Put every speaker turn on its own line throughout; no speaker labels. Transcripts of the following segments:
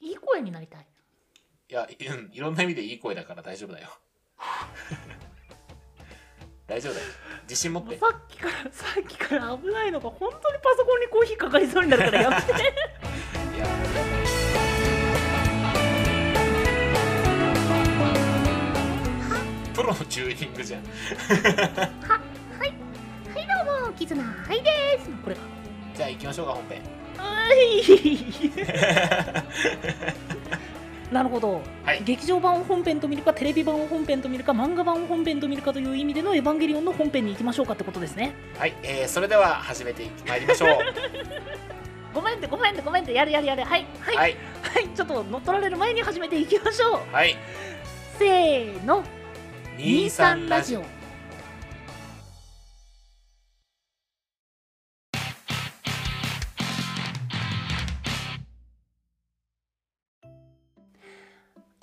いい声になりたい
いや、うん、いろんな意味でいい声だから大丈夫 だよ。大丈夫だよ。自信持っ
もう
て。
さっきからさっきから危ないのが本当にパソコンにコーヒーかかりそうになるからやめて
いやプロのチューニングじゃん。
ははいはいどうもキズナはいですこれか
じゃあ行きましょうか、本編。
はいなるほど、
はい
劇場版を本編と見るかテレビ版を本編と見るか漫画版を本編と見るかという意味での「エヴァンゲリオン」の本編に行きましょうかってことですね
はい、えー、それでは始めていきまいりまし ょう。
ごめんってごめんってごめんってやるやるやるはいはいは、
はいい、
ちょっと乗っ取られる前に始めていきましょう
はい。
せーの
23ラジオ。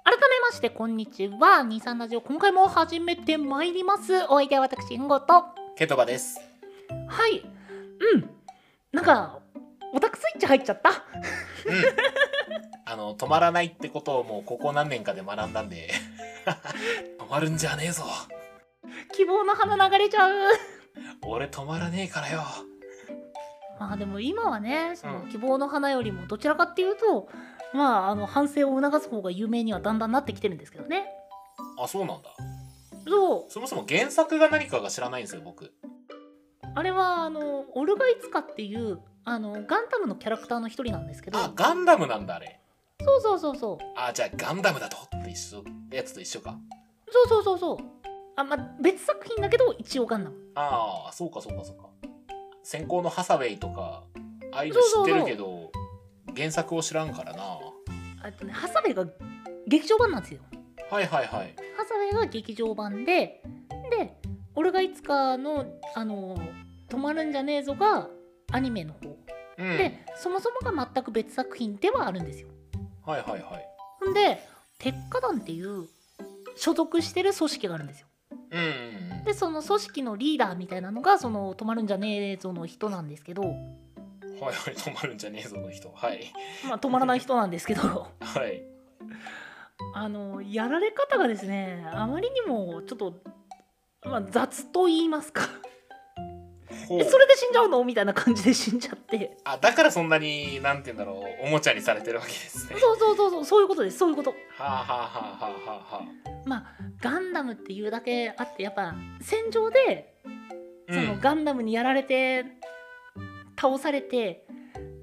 改めましてこんにちは23ラジオ今回も始めてまいりますお相手は私んごとは
ケトバです。
いうんなんかオタクスイッチ入っちゃった
うん。あの、止まらないってことをもうここ何年かで学んだん で。止まるんじゃねえぞ。
希望の花流れちゃう
俺止まらねえからよ。
まあでも今はねその
うん
希望の花よりもどちらかっていうと、まああの反省を促す方が有名にはだんだんなってきてるんですけどね
あ、そうなんだ。
そう
そもそも原作が何かが知らないんですよ、僕。
あれはあのオルガイツカっていうあのガンダムのキャラクターの一人なんですけど
あ、ガンダムなんだ、あれ。
そうそうそうそう
あ、じゃあガンダムだとって一緒、やつと一緒か。
そうそうそうそうあまあ別作品だけど一応ガンダム
ああ、そうかそうかそうか。先行のハサウェイとか、ああいうの知ってるけど、原作を知らんからな。は
あとねハサウェイが劇場版なんですよ
いはいはい。
ハサウェイが劇場版ででオルガイツカのあの止まるんじゃねえぞがアニメの方
うん。
でそもそもが全く別作品ではあるんですよ。
はいはいはい。
ほんで鉄火団っていう所属してる組織があるんですよ。
うんうんうん。
でその組織のリーダーみたいなのがその止まるんじゃねえぞの人なんですけど、
はいはい、止まるんじゃねえぞ、この人。はい。
まあ、止まらない人なんですけど
はい。
あのやられ方がですねあまりにもちょっと、まあ、雑と言いますか
ほ
え
う
それで死んじゃうのみたいな感じで死んじゃって
あ、だからそんなに、なんて言うんだろう、おもちゃにされてるわけですね。
そうそうそうそうそういうことですそういうこと。
はあはあはあはあはあ。
まあガンダムっていうだけあってやっぱ戦場で
う
その
ん。
ガンダムにやられて倒されて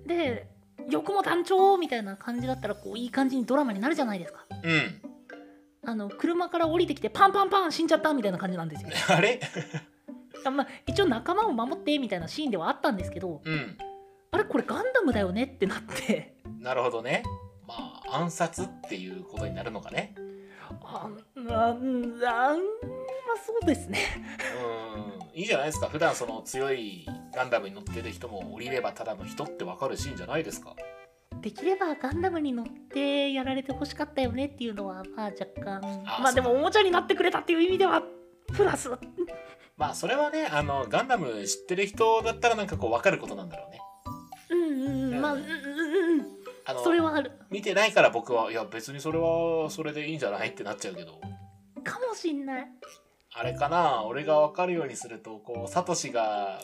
で「よくも団長!」みたいな感じだったらこういい感じにドラマになるじゃないですか
うん。
あの車から降りてきてパンパンパン死んじゃったみたいな感じなんですよ
あれ
あまあ一応仲間を守ってみたいなシーンではあったんですけど
うん。
あれこれガンダムだよねってなって
なるほどね。まあ、暗殺っていうことになるのかね。
ああうんあんまあそうですね
うん。いいじゃないですか。普段その強いガンダムに乗ってる人も降りればただの人ってわかるシーンじゃないですか。
できればガンダムに乗ってやられてほしかったよねっていうのはまあ若干
あ
まあ
そう
でもおもちゃになってくれたっていう意味ではプラス
まあ、それはね、あの、ガンダム知ってる人だったらなんかこうわかることなんだろうね。
うんうんう
うんん
まあうんうんうん
あの
それはある
見てないから僕はいや別にそれはそれでいいんじゃないってなっちゃうけど
かもしんない
あれかな俺が分かるようにするとこうサトシが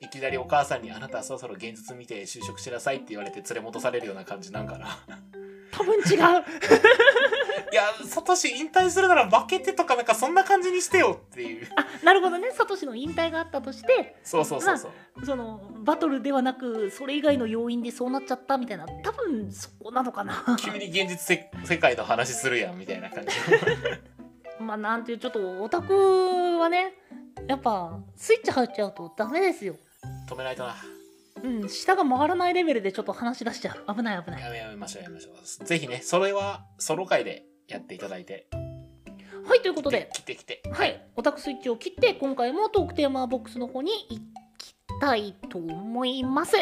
いきなりお母さんに「あなたそろそろ現実見て就職しなさい」って言われて連れ戻されるような感じなんかな
多分違う
いやサトシ引退するなら負けてとかなんかそんな感じにしてよっていう
あ なるほどねサトシの引退があったとして
そうそうそうそう、
そのバトルではなくそれ以外の要因でそうなっちゃったみたいな多分そこなのか な
急に現実せ世界の話するやんみたい な感じ
まあなんていうちょっとオタクはねやっぱスイッチ入っちゃうとダメですよ
止めないとな
うん舌が回らないレベルでちょっと話し出しちゃう危ない危ない
やめやめましょうやめましょうぜひねそれはソロ回でやっていただいて
はいということで
来て来て
はい、オタクスイッチを切って今回もトークテーマボックスの方に行きたいと思います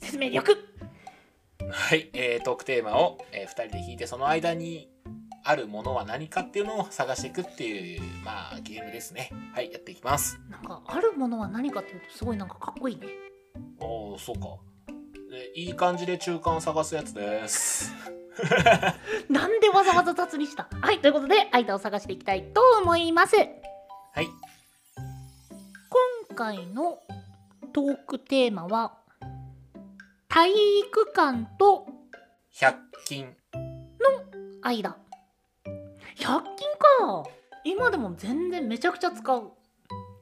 説明力
はい、えー、トークテーマを、え2人で弾いてその間にあるものは何かっていうのを探していくっていうまあゲームですねはいやっていきます
なんかあるものは何かっていうとすごいなんかかっこいいね
おおそうかえいい感じで中間を探すやつです。
なんでわざわざ雑にしたはい、ということで、間を探していきたいと思います。
はい。
今回のトークテーマは、体育館と
100均。
間。100均か。今でも全然めちゃくちゃ使う。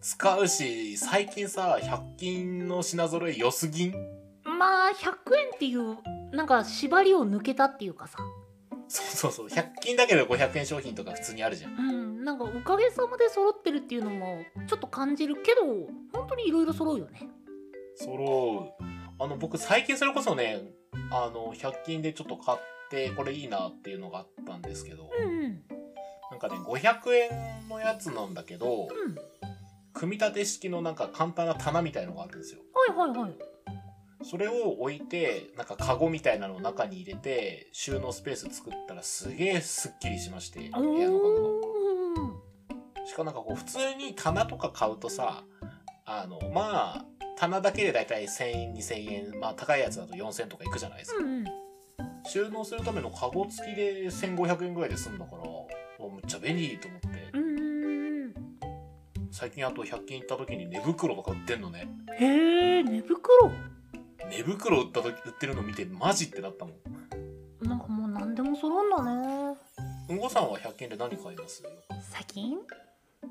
使うし、最近さ、100均の品揃え良すぎん
まあ、100円っていう、なんか縛りを抜けたっていうかさ。
そうそうそう。100均だけど500円商品とか普通にあるじゃん。
うん、なんかおかげさまで揃ってるっていうのもちょっと感じるけど、本当にいろいろ揃うよね。
揃う。あの、僕最近それこそね、あの、100均でちょっと買って、これいいなっていうのがあったんですけど、
うんうん。
なんかね、500円のやつなんだけど、
うん。
組み立て式のなんか簡単な棚みたいのがあるんですよ。
はいはいはい。
それを置いて、なんかカゴみたいなのを中に入れて、収納スペース作ったらすげえスッキリしまして、
お
部屋のカゴが。
ー。
しかもなんかこう普通に棚とか買うとさあのまあ棚だけでだいたい1,000円2,000円まあ高いやつだと4,000とかいくじゃないですか、
うんうん。
収納するためのカゴ付きで1,500円ぐらいで済んだからもうむっちゃ便利と思って
うーん
最近あと100均行った時に寝袋とか売ってんのね
へえ寝袋
寝袋売った時売ってるの見てマジってなったもん
なんかもう何でも揃うんだね
うんごさんは100均で何買います
最近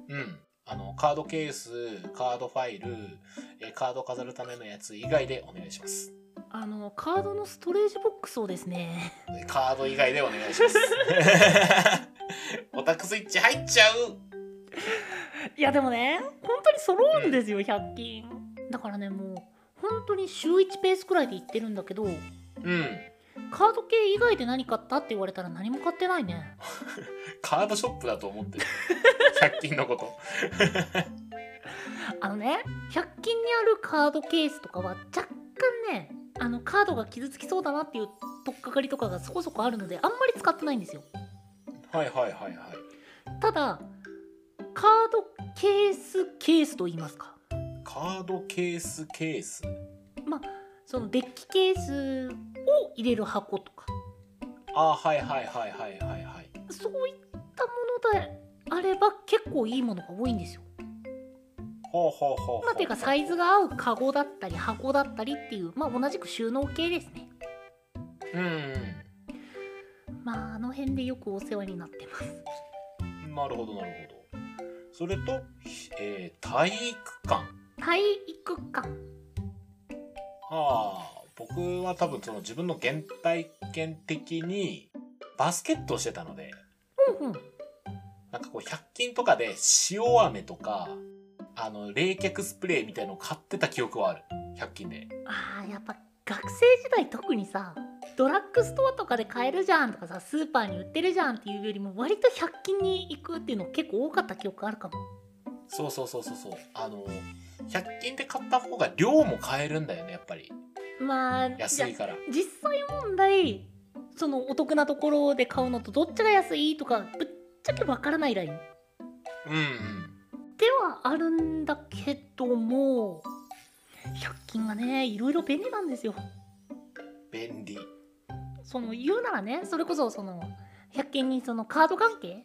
うんあのカードケースカードファイルえカード飾るためのやつ以外でお願いします
あのカードのストレージボックスをですね
カード以外でお願いします。オタクスイッチ入っちゃう。
いやでもね本当に揃うんですよ100均だからねもう本当に週1ペースくらいで行ってるんだけど
うん。
カード系以外で何買ったって言われたら何も買ってないね
カードショップだと思ってる。100均のこと。
あのね100均にあるカードケースとかは若干ねあのカードが傷つきそうだなっていう取っかかりとかがそこそこあるのであんまり使ってないんですよ
はいはいはいはい。
ただカードケースケースと言いますか
カードケースケース。
そのデッキケースを入れる箱とか
あーはいはいはいはいはいはい。
そういったものであれば結構いいものが多いんですよ。
ほうほうほうほう。
まあ、ていうかサイズが合うカゴだったり箱だったりっていう、まあ、同じく収納系ですね。
うん
まああの辺でよくお世話になってます。
うん。なるほどなるほど。それと、えー、体育館。
体育館。
ああ、僕は多分その自分の原体験的にバスケットをしてたので、
うんうん。
なんかこう100均とかで塩飴とかあの冷却スプレーみたいのを買ってた記憶はある100均で
ああやっぱ学生時代特にさドラッグストアとかで買えるじゃんとかさスーパーに売ってるじゃんっていうよりも割と100均に行くっていうの結構多かった記憶あるかも
そうそうそうそうそうあの100均で買った方が量も買えるんだよねやっぱり
まあじ
安
ゃ
いから
実際問題そのお得なところで買うのとどっちが安いとかぶっちゃけわからないラインで
うんうん
はあるんだけども100均がねいろいろ便利なんですよ
便利
その言うならねそれこそその100均にそのカード関係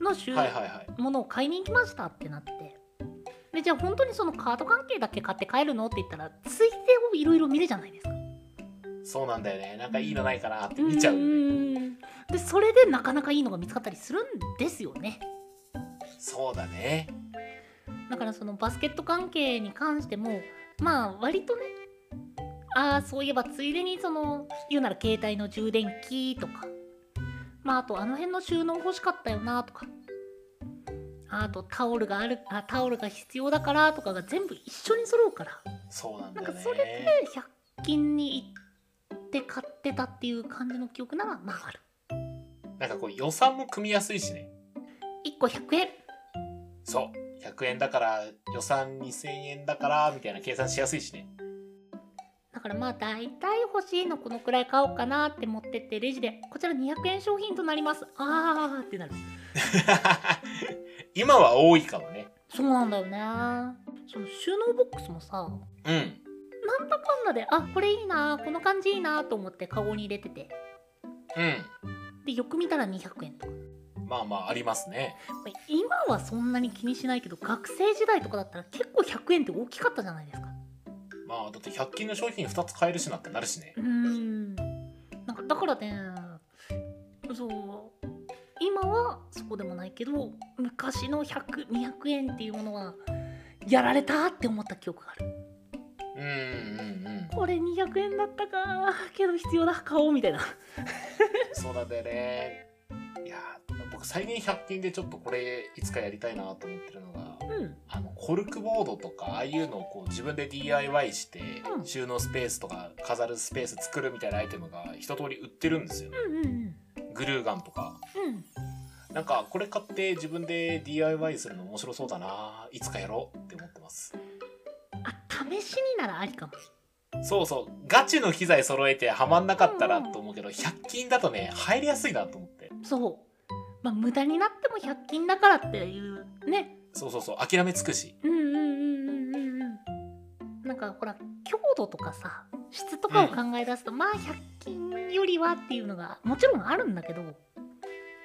の収
はいはいはい
ものを買いに行きましたってなってでじゃあ本当にそのカード関係だけ買って帰るのって言ったらついでをいろいろ見るじゃないですか
そうなんだよねなんかいいのないかなって見ちゃう
う
よね
ーんでそれでなかなかいいのが見つかったりするんですよね
そうだね
だからそのバスケット関係に関してもまあ割とねああそういえばついでにその言うなら携帯の充電器とかまああとあの辺の収納欲しかったよなとかあとタオルがあるあタオルが必要だからとかが全部一緒に揃うから
そうなんだ
なんか
よね
それで100均に行って買ってたっていう感じの記憶ならまあある
なんかこう予算も組みやすいしね
1個100円
そう100円だから予算2,000円だからみたいな計算しやすいしね
だからまあ大体欲しいのこのくらい買おうかなって持ってってレジでこちら200円商品となりますあーってなる
今は多いかもね
そうなんだよねその収納ボックスもさ
うん
なんだかんだであこれいいなこの感じいいなと思ってカゴに入れてて
う
でよく見たら200円とか
ん。まあまあ、ありますね。
今はそんなに気にしないけど学生時代とかだったら結構100円って大きかったじゃないですか
まあ、だって100均の商品2つ買えるしなってなるしね
う。ーんなんかだからねそう今はそうでもないけど昔の100200円っていうものはやられたって思った記憶がある
うんうんうん。
これ200円だったかけど必要だ買おうみたいな
そうなんだよね。いやー、僕最近100均でちょっとこれいつかやりたいなと思ってるのが、
うん
あの、コルクボードとか、ああいうのをこう自分で DIY して
う、ん
収納スペースとか飾るスペース作るみたいなアイテムが一通り売ってるんですよ。
うんうん
グルーガンとか。
うん
なんかこれ買って自分で DIY するの面白そうだないつかやろうって思ってます。
あ試しにならありかも
そうそうガチの機材揃えてはまんなかったらと思うけど100均だとね入りやすいなと思って
そうまあ無駄になっても100均だからっていうね
そうそうそう諦めつくし
うんうんうんうんうんうんなんかほら強度とかさ質とかを考え出すと、まあ100均よりはっていうのがもちろんあるんだけど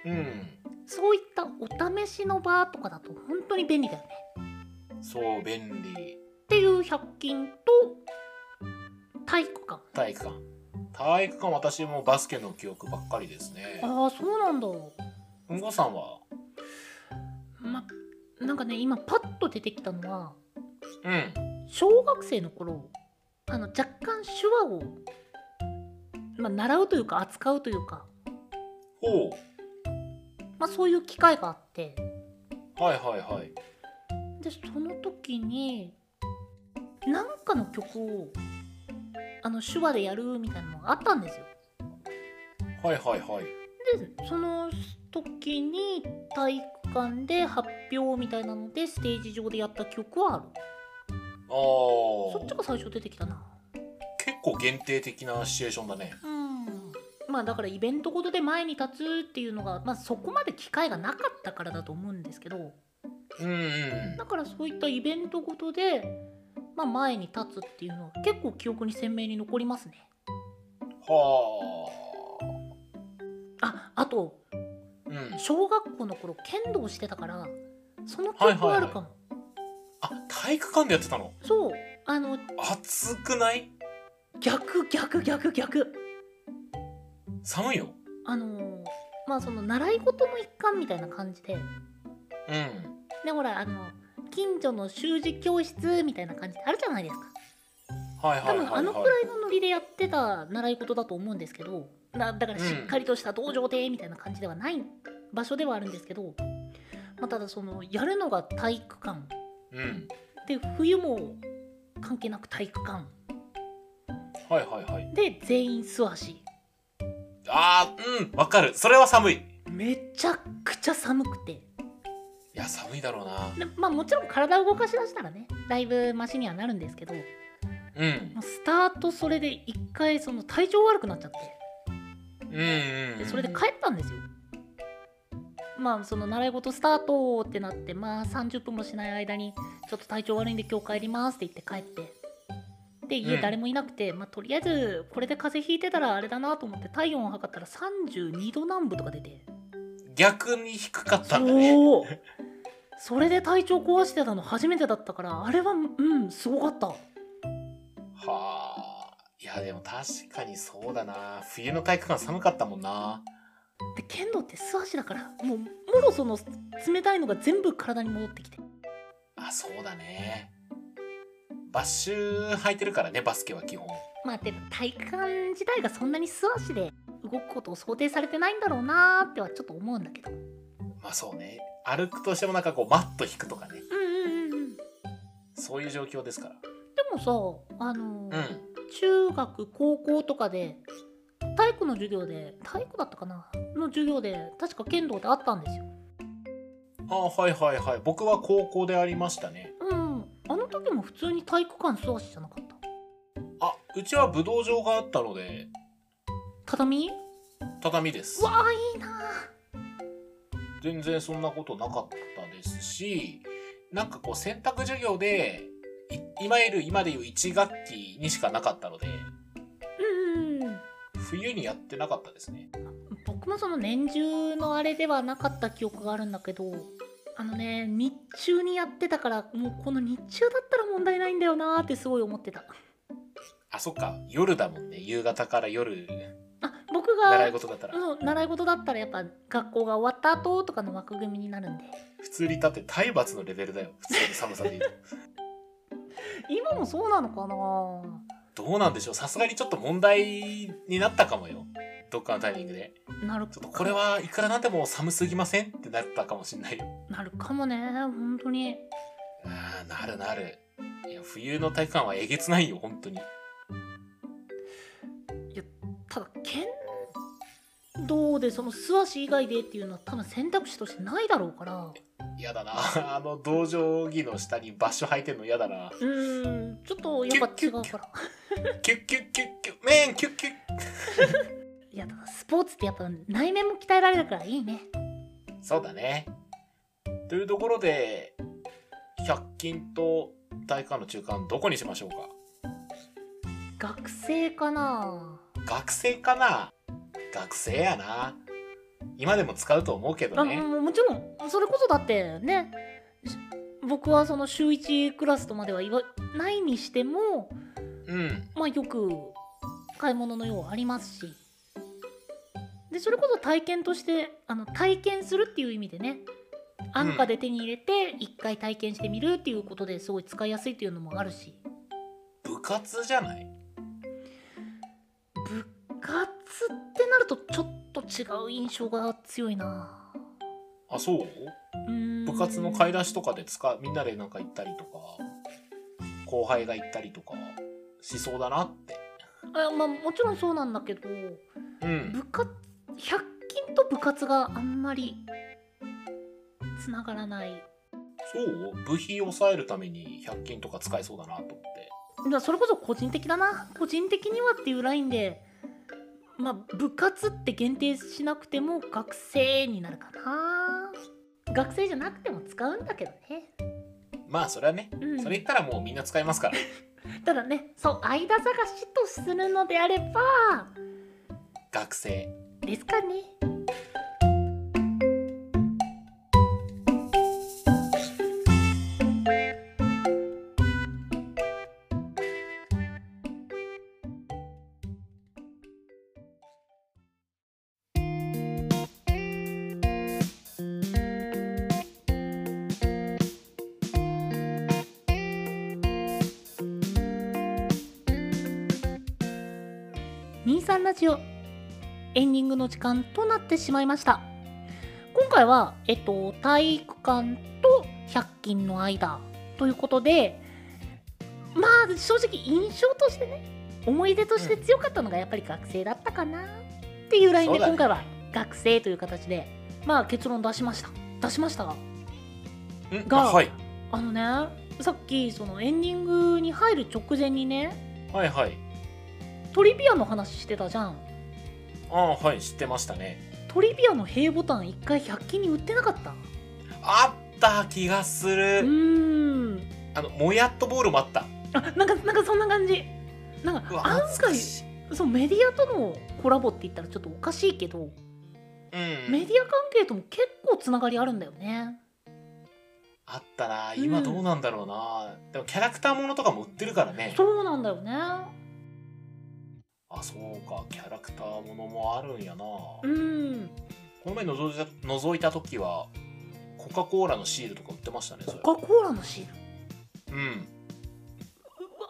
うん
そういったお試しの場とかだと本当に便利だよね
そう便利
っていう100均と体育館
体育館体育館私もバスケの記憶ばっかりですね
ああそうなんだ
うんごさんは
まなんかね今パッと出てきたのは
うん
小学生の頃あの若干手話を、まあ、習うというか扱うというか、
ほ
まあ、そういう機会があって
うはいはいはい
でその時になんかの曲をあの手話でやるみたいなのがあったんですよ。
はいはいはい
でその時に体育館で発表みたいなのでステージ上でやった曲はある
あ
そっち
ー
が最初出てきたな
結構限定的なシチュエーションだね
うんまあだからイベントごとで前に立つっていうのが、まあ、そこまで機会がなかったからだと思うんですけど
うんうん
だからそういったイベントごとで、まあ、前に立つっていうのは結構記憶に鮮明に残りますね。
は
ああと
あうん
小学校の頃剣道してたからその曲はあるかも、
あ体育館でやってたの
そうあの
暑くない
逆逆逆逆
寒いよ
あのーまあその習い事の一環みたいな感じで
うん
でほらあの近所の習字教室みたいな感じであるじゃないですか
はいは
多
いはい
分あの
は
くらいのノリでやってた習い事だと思うんですけどなだからしっかりとした道場でみたいな感じではない場所ではあるんですけど、まあ、ただそのやるのが体育館
いうん
で冬も関係なく体育館
はいはいはい
で全員素足
あーうんわかるそれは寒いい
めちゃくちゃ寒くて
や寒いだろう
で
な
まあもちろん体を動かしだしたらねだいぶマシにはなるんですけども
うん
うスタートそれで一回その体調悪くなっちゃって
うんうんうん
でそれで帰ったんですよまあその習い事スタートってなってまあ30分もしない間にちょっと体調悪いんで今日帰りますって言って帰ってで家
うん
誰もいなくて、まあとりあえずこれで風邪ひいてたらあれだなと思って体温を測ったら32度南部とか出て
逆に低かったんだね
そうそれで体調壊してたの初めてだったからあれはうんすごかった
はあいやでも確かにそうだな冬の体育館寒かったもんな
で剣道って素足だからもうもろその冷たいのが全部体に戻ってきて
あそうだねバッシュ履いてるからねバスケは基本
まあでも体育館自体がそんなに素足で動くことを想定されてないんだろうなーってはちょっと思うんだけどうん
まあそうね歩くとしてもなんかこうマット引くとかね
うんうんうんで
そういう状況ですから
もさあのー
うん
中学高校とかで体育の授業で体育だったかなの授業で確か剣道ってあったんですよ
あはいはいはい僕は高校でありましたね
うんあの時も普通に体育館素足じゃなかった
あうちは武道場があったので
畳
畳です
わあいいな
全然そんなことなかったですしなんかこう選択授業でいいわゆる今でいう1学期にしかなかったので、
うんうん
冬にやってなかったですね。
僕もその年中のあれではなかった記憶があるんだけどあのね日中にやってたからもうこの日中だったら問題ないんだよなーってすごい思ってた
あ、そっか。夜だもんね。夕方から夜、
あ僕
習
が
い事だったら。
うん習い事だったらやっぱ学校が終わった後とかの枠組みになるんで
普通にだって体罰のレベルだよ。普通に寒さで言う
今もそうなのかな
と。どうなんでしょうさすがにちょっと問題になったかもよ。どっかのタイミングで。
なる
ちょっとこれはいくらなんでも寒すぎませんってなったかもしんないよ。
なるかもね本当に
ああ、なるなる。いや、冬の体育館はえげつないよ、本当に。
ただ剣道でその素足以外でっていうのは多分選択肢としてないだろうから
嫌だな。あ の、道場着の下にバッシュ履いてんの嫌だ
う
な。
ーんちょっとやっぱ違うから
キュッキュッキュッキュッ、メンキュッキュッ。
いやだからスポーツってやっぱ内面も鍛えられるからいいね
そうだね。というところで、100均と体育館の中間どこにしましょうか
学生かな
学生かな学生やな。今でも使うと思うけど
あ
ね。
もうもちろんそれこそだってねし僕はその週1クラスとまでは言わないにしても
うん。
まあよく買い物のようありますしでそれこそ体験としてあの体験するっていう意味でね安価で手に入れて一回体験してみるっていうことですごい使いやすいっていうのもあるし
部活じゃない
部活ってなるとちょっと違う印象が強いな
あ、そう
うーん
部活の買い出しとかで使う、みんなでなんか行ったりとか、後輩が行ったりとか、しそうだなって。
あまあもちろんそうなんだけど
うん。
部活100均と部活があんまりつながらない
そう部費抑えるために100均とか使えそうだなと思って。
だからそれこそ個人的だな個人的にはっていうラインでまあ部活って限定しなくても学生になるかな学生じゃなくても使うんだけどね、
まあ、それはね、
うん、
それ言ったらもうみんな使いますから。
ただねそう間探しとするのであれば
学生。
ですかね23ラジオエンディングの時間となってしまいました今回は、えっと、体育館と100均の間ということでまあ正直印象としてね思い出として強かったのがやっぱり学生だったかなっていうラインで
そうだね
今回は学生という形で、まあ結論出しました出しましたが
ん
が
あはい。
あのねさっきそのエンディングに入る直前にね
はいはい。
トリビアの話してたじゃん
ああ、はい、知ってましたね。
トリビアの平ボタン1回100均に売ってなかった
あった気がす
う
る。
ーん
あの、もやっとボールもあった。
あなんかなんかそんな感じなん
う
か
わ、
案
懐か
外
しい。
そうメディアとのコラボって言ったらちょっとおかしいけど、
うん。
メディア関係とも結構つながりあるんだよね
あったな。
うん
今どうなんだろうな。でもキャラクターものとかも売ってるからね。
そうなんだよね
あ、そうか。キャラクターものもあるんやな。こ
うん
の前覗いた覗いた時は、コカ・コーラのシールとか売ってましたね、それ。
コカ・コーラのシール
うん。
う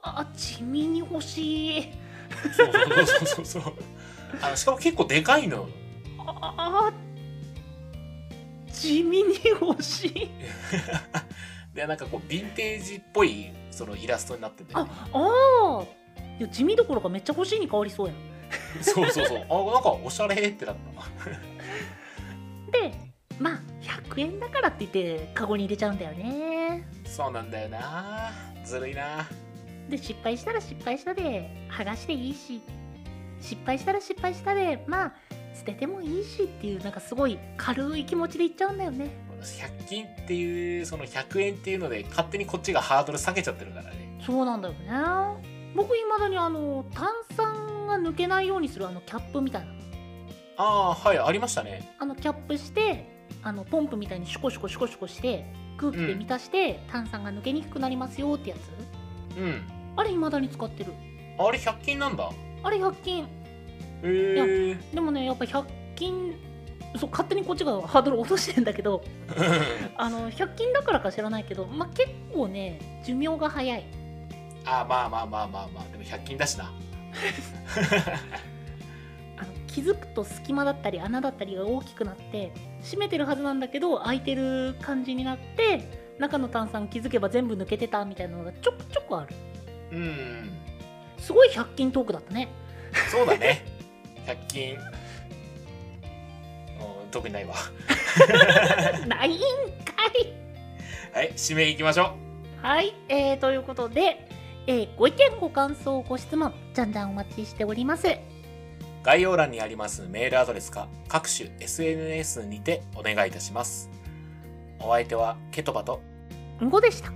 わ地味に欲しい
そうそうそうそうそう。 あのしかも結構でかいのよ。
あー地味に欲しい
で、なんかこう、ヴィンテージっぽい、そのイラストになってて、ね。
ああーいや地味どころかめっちゃ欲しいに変わりそうやん
そうそうそう。あ、なんかおしゃれってなった。
でまあ100円だからって言ってカゴに入れちゃうんだよね
そうなんだよな。ずるいな。
で失敗したら失敗したで剥がしていいし失敗したら失敗したでまあ捨ててもいいしっていうなんかすごい軽い気持ちでいっちゃうんだよね
100均っていう、その100円っていうので、勝手にこっちがハードル下げちゃってるからね。
そうなんだよね僕いまだにあの炭酸が抜けないようにするあのキャップみたいな
ああーはいありましたね
あのキャップしてあのポンプみたいにシュコシュコシュコシュコして空気で満たして、炭酸が抜けにくくなりますよってやつ
うん
あれいまだに使ってる
あれ100均なんだ
あれ100均
へえ
でもねやっぱ100均そう勝手にこっちがハードル落としてんだけどあの100均だからか知らないけど、まあ、結構ね寿命が早い
あまあまあまあまあまあでも100均だしな
あの気づくと隙間だったり穴だったりが大きくなって閉めてるはずなんだけど開いてる感じになって中の炭酸気づけば全部抜けてたみたいなのがちょくちょくある
うん
すごい100均トークだったね
そうだ ね100均うん特にないわ
ないんかい
はい締めいきましょ
はい、えー、ということで、えーご意見ご感想ご質問じゃんじゃんお待ちしております
う概要欄にありますメールアドレスか各種 SNS にてお願いいたしますお相手はケトバと
んごでした